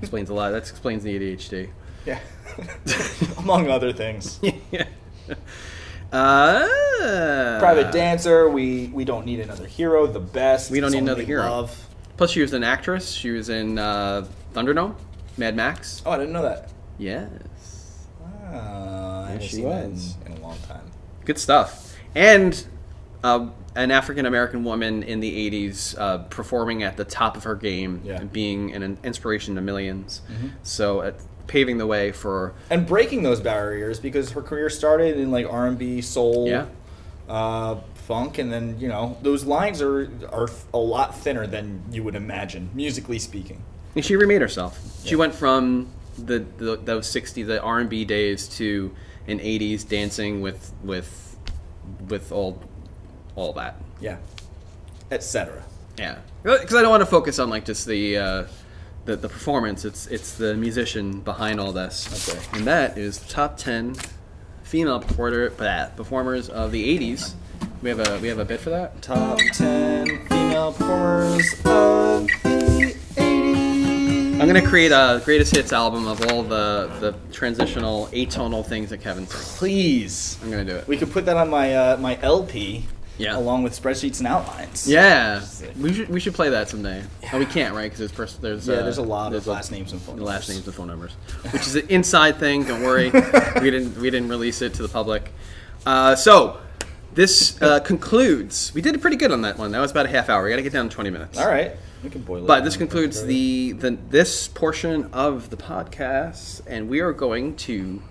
Speaker 1: explains a lot. That explains the ADHD.
Speaker 2: yeah. Among other things.
Speaker 1: uh,
Speaker 2: Private Dancer, we we don't need another hero, the best.
Speaker 1: We don't
Speaker 2: It's
Speaker 1: need another
Speaker 2: only
Speaker 1: hero.
Speaker 2: Love.
Speaker 1: Plus, she was an actress. She was in uh, Thunderdome, Mad Max.
Speaker 2: Oh, I didn't know that.
Speaker 1: Yes.
Speaker 2: Ah, I haven't
Speaker 1: she
Speaker 2: seen that in-
Speaker 1: was.
Speaker 2: in a long time.
Speaker 1: Good stuff. And uh, an African American woman in the 80s uh, performing at the top of her game
Speaker 2: Yeah. Mm-hmm.
Speaker 1: and being an, an inspiration to 1000000s So uh, paving the way for
Speaker 2: and breaking those barriers because her career started in like R&B, soul,
Speaker 1: Yeah.
Speaker 2: uh, funk, and then you know those lines are are a lot thinner than you would imagine musically speaking.
Speaker 1: And she remade herself. She
Speaker 2: Yeah.
Speaker 1: went from the, the those sixty the R and B days to an eighties dancing with with with all all that.
Speaker 2: Yeah, etc.
Speaker 1: Yeah, because I don't want to focus on like just the. Uh, the, the performance it's it's the musician behind all this
Speaker 2: Okay.
Speaker 1: and that is the top 10 female performer blah, performers of the 80s we have a we have a bid for that
Speaker 2: Top ten female performers of the '80s.
Speaker 1: i'm gonna create a greatest hits album of all the the transitional atonal things that kevin sings
Speaker 2: Please,
Speaker 1: i'm gonna do it
Speaker 2: we could put that on my uh, my LP.
Speaker 1: Yeah.
Speaker 2: Along with spreadsheets and outlines.
Speaker 1: Yeah,
Speaker 2: Sick.
Speaker 1: we should we should play that someday. Oh, we can't, right? Because there's pers- there's
Speaker 2: Yeah,
Speaker 1: uh,
Speaker 2: there's a lot of last names and phone
Speaker 1: the last
Speaker 2: numbers.
Speaker 1: names and phone numbers, which is an inside thing. Don't worry, we didn't we didn't release it to the public. Uh, so this uh, concludes. We did pretty good on that one. That was about a half hour. We got to get down to 20 minutes.
Speaker 2: All right, we can boil it.
Speaker 1: But this
Speaker 2: down.
Speaker 1: concludes the, the this portion of the podcast, and we are going to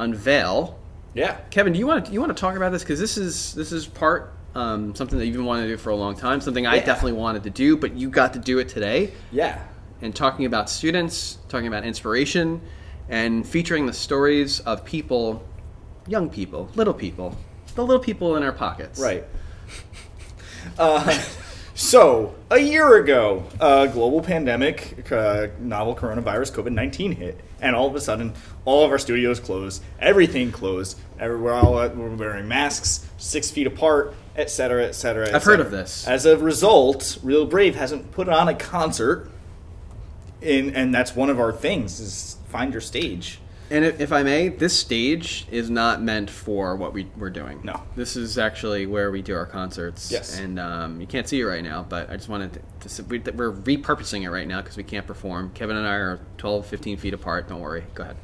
Speaker 1: unveil.
Speaker 2: yeah.
Speaker 1: Kevin, do you want to you want to talk about this because this is this is part um, something that you've been wanting to do for a long time, something I
Speaker 2: Yeah.
Speaker 1: definitely wanted to do, but you got to do it today.
Speaker 2: Yeah.
Speaker 1: And talking about students, talking about inspiration, and featuring the stories of people, young people, little people, the little people in our pockets.
Speaker 2: Right. Uh, so, a year ago, a global pandemic, uh, novel coronavirus, COVID 19 hit, and all of a sudden, all of our studios closed, everything closed, every- we're all uh, we're wearing masks, six feet apart, et cetera, et cetera. et
Speaker 1: I've heard
Speaker 2: cetera.
Speaker 1: of this.
Speaker 2: As a result, Real Brave hasn't put on a concert, in, and that's one of our things, is find your stage.
Speaker 1: And if, if I may, this stage is not meant for what we, we're doing.
Speaker 2: No.
Speaker 1: This is actually where we do our concerts.
Speaker 2: Yes.
Speaker 1: And um, you can't see it right now, but I just wanted to, to s- we, we're repurposing it right now because we can't perform. Kevin and I are 12, 15 feet apart. Don't worry. Go ahead.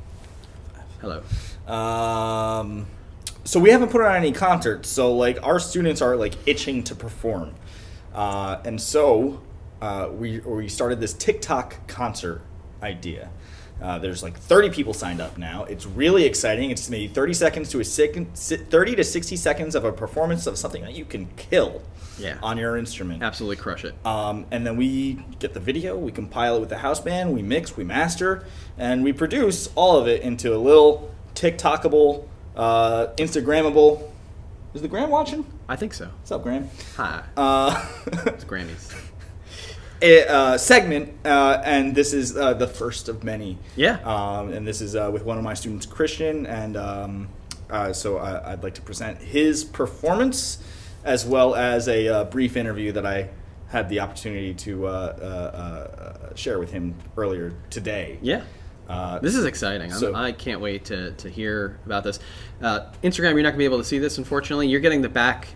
Speaker 1: Hello.
Speaker 2: Um, so we haven't put on any concerts. So like our students are like itching to perform, uh, and so uh, we we started this TikTok concert idea. Uh, there's like 30 people signed up now. It's really exciting. It's maybe 30 seconds to a second, si- 30 to 60 seconds of a performance of something that you can kill
Speaker 1: Yeah.
Speaker 2: on your instrument.
Speaker 1: Absolutely crush it.
Speaker 2: Um, and then we get the video, we compile it with the house band, we mix, we master, and we produce all of it into a little TikTokable, uh, Instagrammable. Is the Graham watching?
Speaker 1: I think so.
Speaker 2: What's up, Graham?
Speaker 1: Hi.
Speaker 2: Uh,
Speaker 1: it's Grammys.
Speaker 2: a, uh, segment, uh, and this is uh, the first of many.
Speaker 1: Yeah.
Speaker 2: Um, and this is uh, with one of my students, Christian, and um, uh, so I, I'd like to present his performance as well as a uh, brief interview that I had the opportunity to uh, uh, uh, share with him earlier today.
Speaker 1: Yeah.
Speaker 2: Uh,
Speaker 1: This is exciting. I'm-
Speaker 2: So-
Speaker 1: I can't wait to, to hear about this. Uh, Instagram, you're not gonna be able to see this, unfortunately. You're getting the back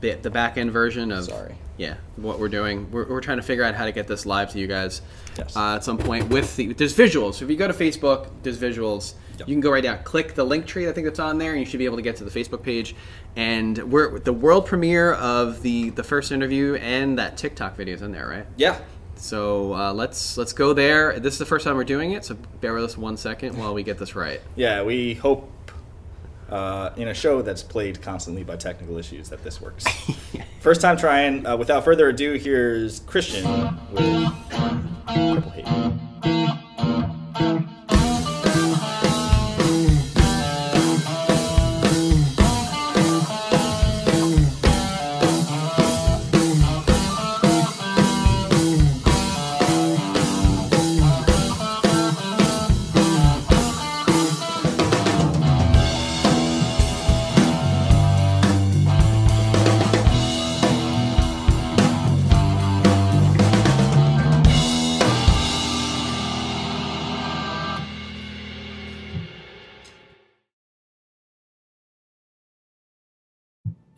Speaker 1: bit, the back end version of
Speaker 2: Sorry.
Speaker 1: yeah, what we're doing. We're, we're trying to figure out how to get this live to you guys
Speaker 2: Yes.
Speaker 1: uh, at some point with the there's visuals. So if you go to Facebook, there's visuals.
Speaker 2: Yep.
Speaker 1: You can go right down, click the link tree. I think that's on there, and you should be able to get to the Facebook page. And we're the world premiere of the the first interview and that TikTok video is in there, right?
Speaker 2: yeah.
Speaker 1: So uh, let's let's go there. This is the first time we're doing it, so bear with us one second while we get this right.
Speaker 2: Yeah, we hope uh, in a show that's played constantly by technical issues that this works. First time trying. Uh, without further ado, here's Christian with Triple Hate.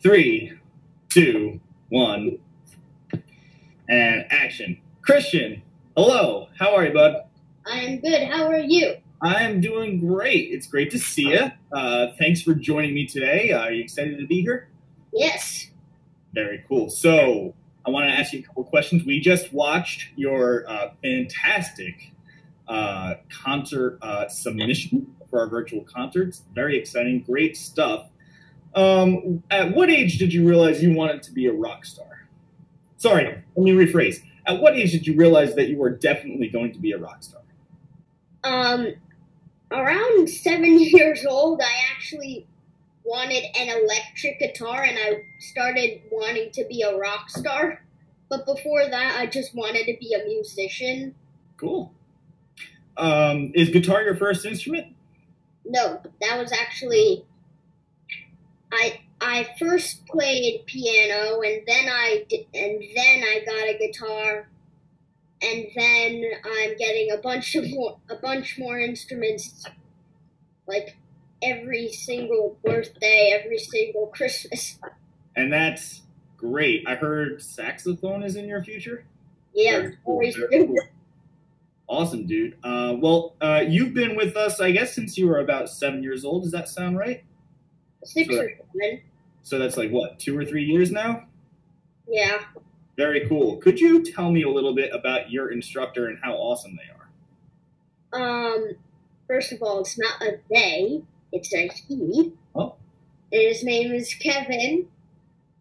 Speaker 5: three, two, one, and action. Christian, hello. How are you, bud?
Speaker 6: I am good. How are you?
Speaker 5: I am doing great. It's great to see you. Uh, thanks for joining me today. Uh, are you excited to be here?
Speaker 6: Yes.
Speaker 5: Very cool. So, I want to ask you a couple questions. We just watched your uh, fantastic uh, concert uh, submission for our virtual concerts. Very exciting, great stuff. Um, at what age did you realize you wanted to be a rock star? Sorry, let me rephrase. At what age did you realize that you were definitely going to be a rock star?
Speaker 6: Um, around seven years old, I actually wanted an electric guitar and I started wanting to be a rock star. But before that, I just wanted to be a musician.
Speaker 5: Cool. Um, is guitar your first instrument?
Speaker 6: No, that was actually I I first played piano and then I did, and then I got a guitar and then I'm getting a bunch of more a bunch more instruments like every single birthday, every single Christmas.
Speaker 5: And that's great. I heard saxophone is in your future.
Speaker 6: Yeah,
Speaker 5: Very cool,
Speaker 6: always
Speaker 5: very
Speaker 6: do.
Speaker 5: cool. Awesome, dude. Uh, well, uh, you've been with us, I guess, since you were about seven years old. Does that sound right?
Speaker 6: six
Speaker 5: Sure.
Speaker 6: or seven.
Speaker 5: So that's like what, two or three years now?
Speaker 6: Yeah.
Speaker 5: Very cool. Could you tell me a little bit about your instructor and how awesome they are?
Speaker 6: Um, first of all, it's not a they, it's a he.
Speaker 5: Oh.
Speaker 6: And his name is Kevin.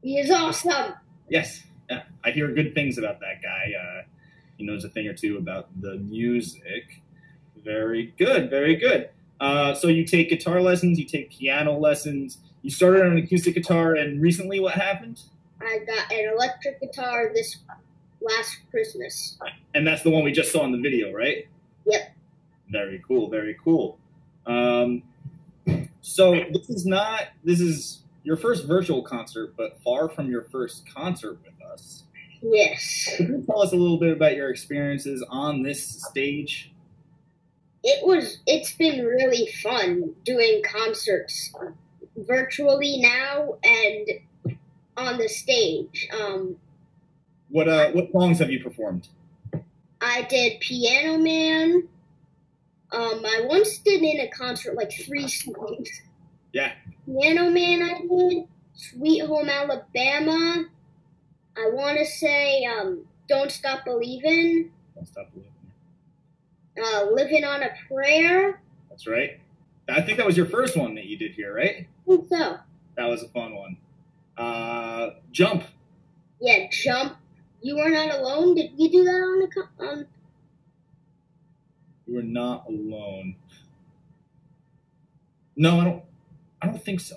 Speaker 6: He is awesome.
Speaker 5: Yes, yeah, I hear good things about that guy. Uh, he knows a thing or two about the music. Very good, very good. Uh, so you take guitar lessons, you take piano lessons. You started on an acoustic guitar, and recently, what happened?
Speaker 6: I got an electric guitar this last Christmas.
Speaker 5: And that's the one we just saw in the video, right?
Speaker 6: Yep.
Speaker 5: Very cool. Very cool. Um, so this is not this is your first virtual concert, but far from your first concert with us.
Speaker 6: Yes.
Speaker 5: Could you tell us a little bit about your experiences on this stage?
Speaker 6: It was it's been really fun doing concerts virtually now and on the stage. Um
Speaker 5: What uh, what songs have you performed?
Speaker 6: I did Piano Man. Um, I once did in a concert like three songs.
Speaker 5: Yeah.
Speaker 6: Piano Man, I did Sweet Home Alabama. I want to say um, Don't Stop Believin',
Speaker 5: Don't stop believing.
Speaker 6: uh, Living on a Prayer.
Speaker 5: That's right. I think that was your first one that you did here, right?
Speaker 6: I think so.
Speaker 5: That was a fun one. Uh, jump.
Speaker 6: Yeah, Jump. You Are Not Alone. Did you do that on the co- um?
Speaker 5: You are not alone. No, I don't. I don't think so.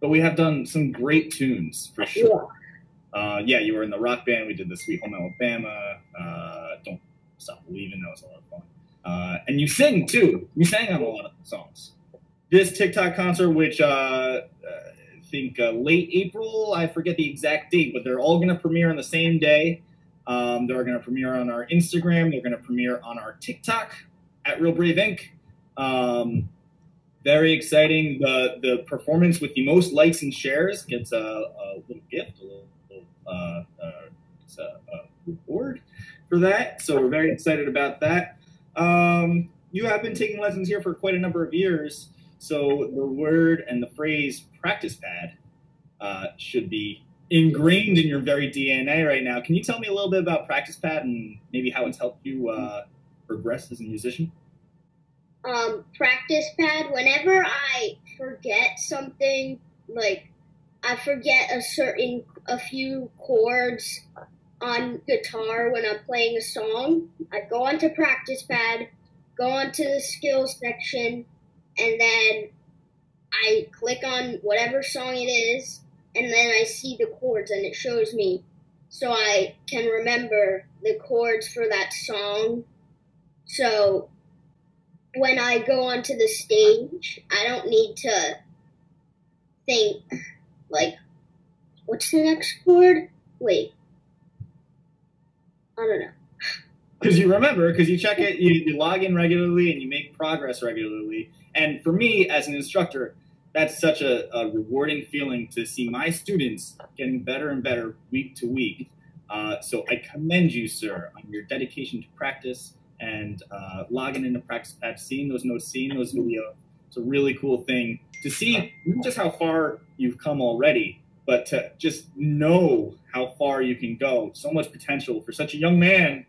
Speaker 5: But we have done some great tunes for sure. Uh, yeah, you were in the rock band. We did the Sweet Home Alabama. Uh, don't stop believing. That was a lot of fun. Uh, and you sing too. You sang on a lot of songs. This TikTok concert, which uh, I think uh, late April, I forget the exact date, but they're all going to premiere on the same day. Um, they're going to premiere on our Instagram. They're going to premiere on our TikTok at Real Brave Inc. Um, very exciting. The the performance with the most likes and shares gets a, a little gift, a little, little uh, uh, it's a, a reward for that. So we're very excited about that. Um, you have been taking lessons here for quite a number of years, so the word and the phrase "practice pad" uh, should be ingrained in your very DNA right now. Can you tell me a little bit about Practice Pad and maybe how it's helped you uh, progress as a musician?
Speaker 6: um, practice pad. Whenever I forget something, like I forget a certain, a few chords on guitar when I'm playing a song, I go onto practice pad, go onto the skills section, and then I click on whatever song it is, and then I see the chords and it shows me. So I can remember the chords for that song. So when I go onto the stage, I don't need to think like, what's the next chord? Wait, I don't know.
Speaker 5: Because you remember, because you check it, you, you log in regularly, and you make progress regularly. And for me, as an instructor, that's such a, a rewarding feeling to see my students getting better and better week to week. Uh, so I commend you, sir, on your dedication to practice and uh, logging into practice pad, seeing those notes, seeing those videos. It's a really cool thing to see not just how far you've come already, but to just know how far you can go. So much potential for such a young man.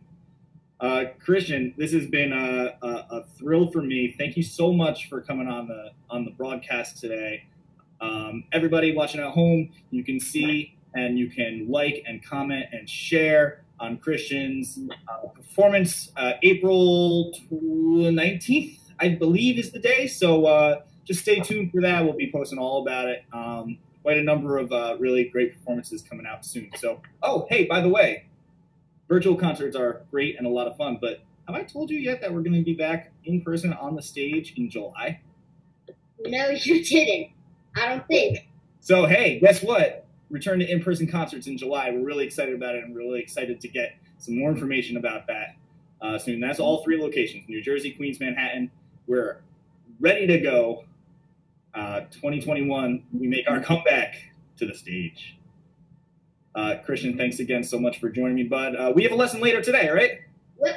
Speaker 5: Uh, Christian, this has been a, a, a thrill for me. Thank you so much for coming on the on the broadcast today. Um, everybody watching at home, you can see and you can like and comment and share on Christian's uh, performance. Uh, April tw- 19th, I believe, is the day. So uh, just stay tuned for that. We'll be posting all about it. Um, quite a number of uh, really great performances coming out soon. So, oh, hey, by the way, virtual concerts are great and a lot of fun, but have I told you yet that we're going to be back in person on the stage in July?
Speaker 6: No, you didn't. I don't think.
Speaker 5: So hey, guess what? Return to in-person concerts in July. We're really excited about it, and we're really excited to get some more information about that uh, soon. That's all three locations: New Jersey, Queens, Manhattan. We're ready to go. Uh, 2021, we make our comeback to the stage. Uh, Christian, thanks again so much for joining me, bud. Uh, we have a lesson later today, right?
Speaker 6: Yep.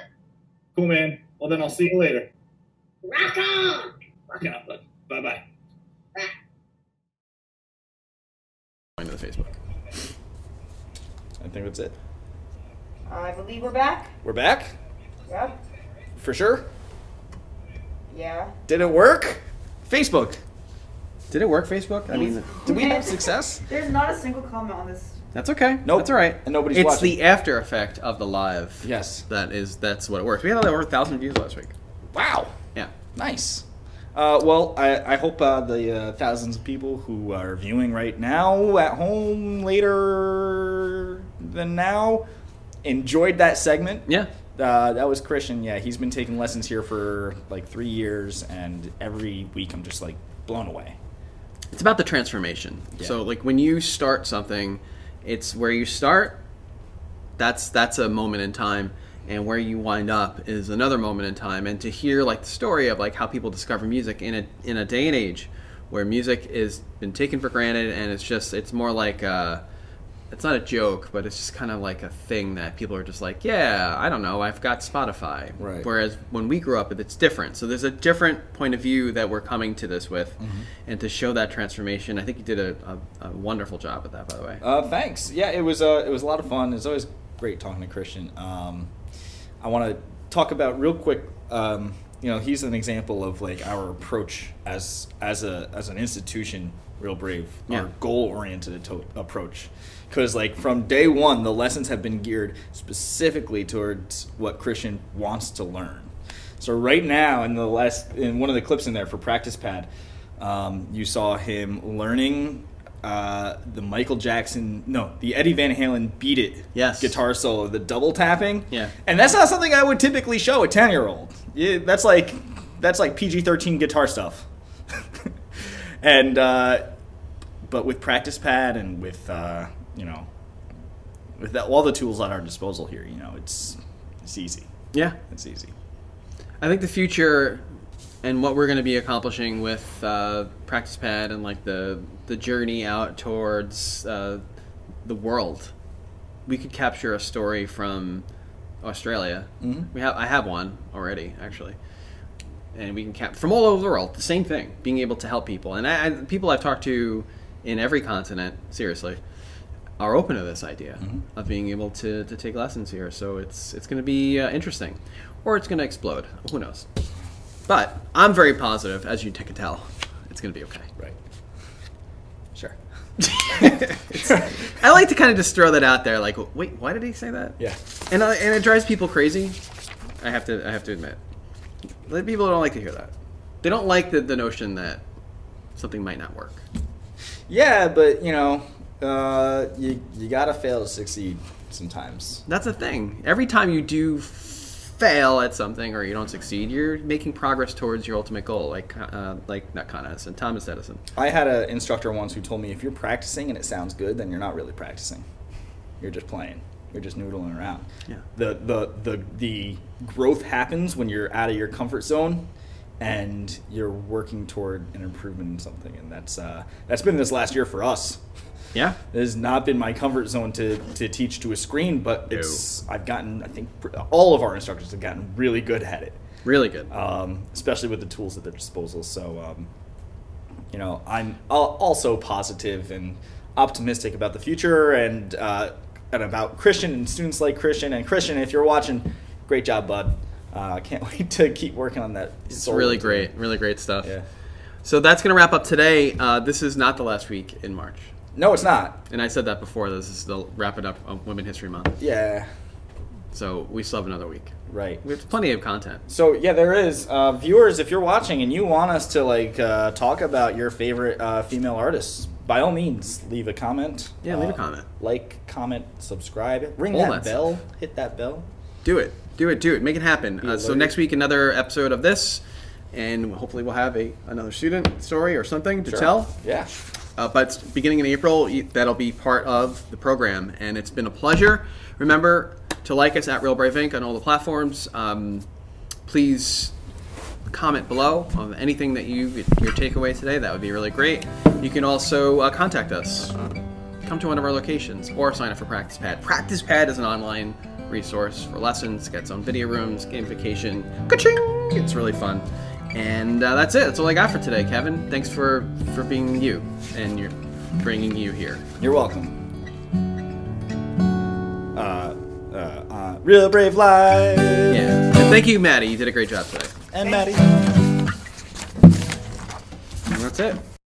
Speaker 5: Cool, man. Well, then I'll see you later.
Speaker 6: Rock on!
Speaker 5: Rock out, bud. Bye bye.
Speaker 1: Into the Facebook.
Speaker 2: I think that's it.
Speaker 3: I believe we're back.
Speaker 2: We're back
Speaker 3: Yep.
Speaker 2: for sure.
Speaker 3: Yeah.
Speaker 2: Did it work? Facebook.
Speaker 1: Did it work, Facebook? I mean,
Speaker 2: Did we have success?
Speaker 3: There's not a single comment on this.
Speaker 1: that's okay.
Speaker 2: Nope.
Speaker 1: that's all right.
Speaker 2: And nobody's
Speaker 1: It's
Speaker 2: watching.
Speaker 1: the after effect of the live.
Speaker 2: Yes.
Speaker 1: that is that's what it works. We had over a thousand views last week.
Speaker 2: Wow.
Speaker 1: Yeah,
Speaker 2: Nice. Uh, well, I, I hope uh, the uh, thousands of people who are viewing right now at home later than now enjoyed that segment.
Speaker 1: yeah.
Speaker 2: Uh, that was Christian. Yeah, he's been taking lessons here for like three years, and every week I'm just like blown away.
Speaker 1: It's about the transformation.
Speaker 2: Yeah.
Speaker 1: So like when you start something, it's where you start. That's that's a moment in time, and where you wind up is another moment in time. And to hear like the story of like how people discover music in a in a day and age where music is been taken for granted, and it's just it's more like. Uh, it's not a joke, but it's just kind of like a thing that people are just like, yeah, I don't know, I've got Spotify.
Speaker 2: Right.
Speaker 1: Whereas when we grew up, it's different. So there's a different point of view that we're coming to this with,
Speaker 2: Mm-hmm.
Speaker 1: and to show that transformation, I think you did a, a, a wonderful job with that, by the way.
Speaker 2: Uh, thanks. Yeah, it was uh, it was a lot of fun. It's always great talking to Christian. Um, I want to talk about real quick. Um, you know, he's an example of like our approach as as a as an institution, real brave,
Speaker 1: Yeah.
Speaker 2: our goal oriented approach. Because like from day one, the lessons have been geared specifically towards what Christian wants to learn. So right now, in the last in one of the clips in there for practice pad, um, you saw him learning uh, the Michael Jackson, no, the Eddie Van Halen "Beat It"
Speaker 1: Yes.
Speaker 2: guitar solo, the double tapping.
Speaker 1: Yeah.
Speaker 2: and that's not something I would typically show a ten year old. That's like that's like PG thirteen guitar stuff. and uh, but with practice pad and with uh, you know with that, all the tools at our disposal here, you know, it's it's easy.
Speaker 1: yeah.
Speaker 2: It's easy.
Speaker 1: I think the future and what we're going to be accomplishing with uh, Practice Pad and like the the journey out towards uh, the world, we could capture a story from Australia.
Speaker 2: Mhm.
Speaker 1: We have I have one already actually, and we can cap from all over the world. The same thing, being able to help people and I, I, people I've talked to in every continent. Seriously. Are open to this idea of being able to, to take lessons here, so it's it's going to be uh, interesting, or it's going to explode. Who knows? But I'm very positive, as you can tell. It's going to be okay.
Speaker 2: Right. Sure.
Speaker 1: I like to kind of just throw that out there, like, wait, why did he say that?
Speaker 2: Yeah.
Speaker 1: And I, and it drives people crazy. I have to I have to admit, Like, people don't like to hear that. They don't like the, the notion that something might not work.
Speaker 2: Yeah, but you know, uh, you you gotta fail to succeed sometimes.
Speaker 1: That's a thing. Every time you do fail at something or you don't succeed, you're making progress towards your ultimate goal, like uh, like not Con Edison, Thomas Edison.
Speaker 2: I had an instructor once who told me if you're practicing and it sounds good, then you're not really practicing. You're just playing. You're just noodling around.
Speaker 1: Yeah.
Speaker 2: The the the the growth happens when you're out of your comfort zone and you're working toward an improvement in something and that's uh that's been this last year for us.
Speaker 1: Yeah.
Speaker 2: It has not been my comfort zone to, to teach to a screen, but
Speaker 1: No.
Speaker 2: it's I've gotten I think pr- all of our instructors have gotten really good at it,
Speaker 1: Really good.
Speaker 2: um, especially with the tools at their disposal. So, um, you know, I'm al- also positive and optimistic about the future and uh, and about Christian and students like Christian and Christian. If you're watching, great job, bud. Uh, I can't wait to keep working on that.
Speaker 1: It's really great. Really great stuff.
Speaker 2: Yeah.
Speaker 1: So that's going to wrap up today. Uh, this is not the last week in March.
Speaker 2: No, it's not.
Speaker 1: And I said that before. This is the wrap it up of Women History Month.
Speaker 2: Yeah.
Speaker 1: So we still have another week.
Speaker 2: Right.
Speaker 1: We have plenty of content.
Speaker 2: So yeah, there is uh, viewers. If you're watching and you want us to like uh, talk about your favorite uh, female artists, by all means, leave a comment.
Speaker 1: Yeah, leave a
Speaker 2: Uh,
Speaker 1: comment.
Speaker 2: Like, comment, subscribe, ring
Speaker 1: All that
Speaker 2: that bell, hit that bell.
Speaker 1: Do it. Do it. Do it. Make it happen.
Speaker 2: Be
Speaker 1: Uh, so
Speaker 2: alert.
Speaker 1: next week, another episode of this. And hopefully we'll have a another student story or something to
Speaker 2: Sure.
Speaker 1: tell.
Speaker 2: Yeah.
Speaker 1: Uh, but beginning in April, y- that'll be part of the program. And it's been a pleasure. Remember to like us at Real Brave Inc. on all the platforms. Um, please comment below on anything that you your takeaway today. That would be really great. You can also uh, contact us. Come to one of our locations or sign up for Practice Pad. Practice Pad is an online resource for lessons, got its own video rooms, gamification. Ka-ching! It's really fun. And uh, that's it. That's all I got for today, Kevin. Thanks for for being you and your bringing you here.
Speaker 2: You're welcome. Uh, uh, uh, real brave life.
Speaker 1: Yeah. And thank you, Maddie. You did a great job today.
Speaker 2: And Maddie.
Speaker 1: And that's it.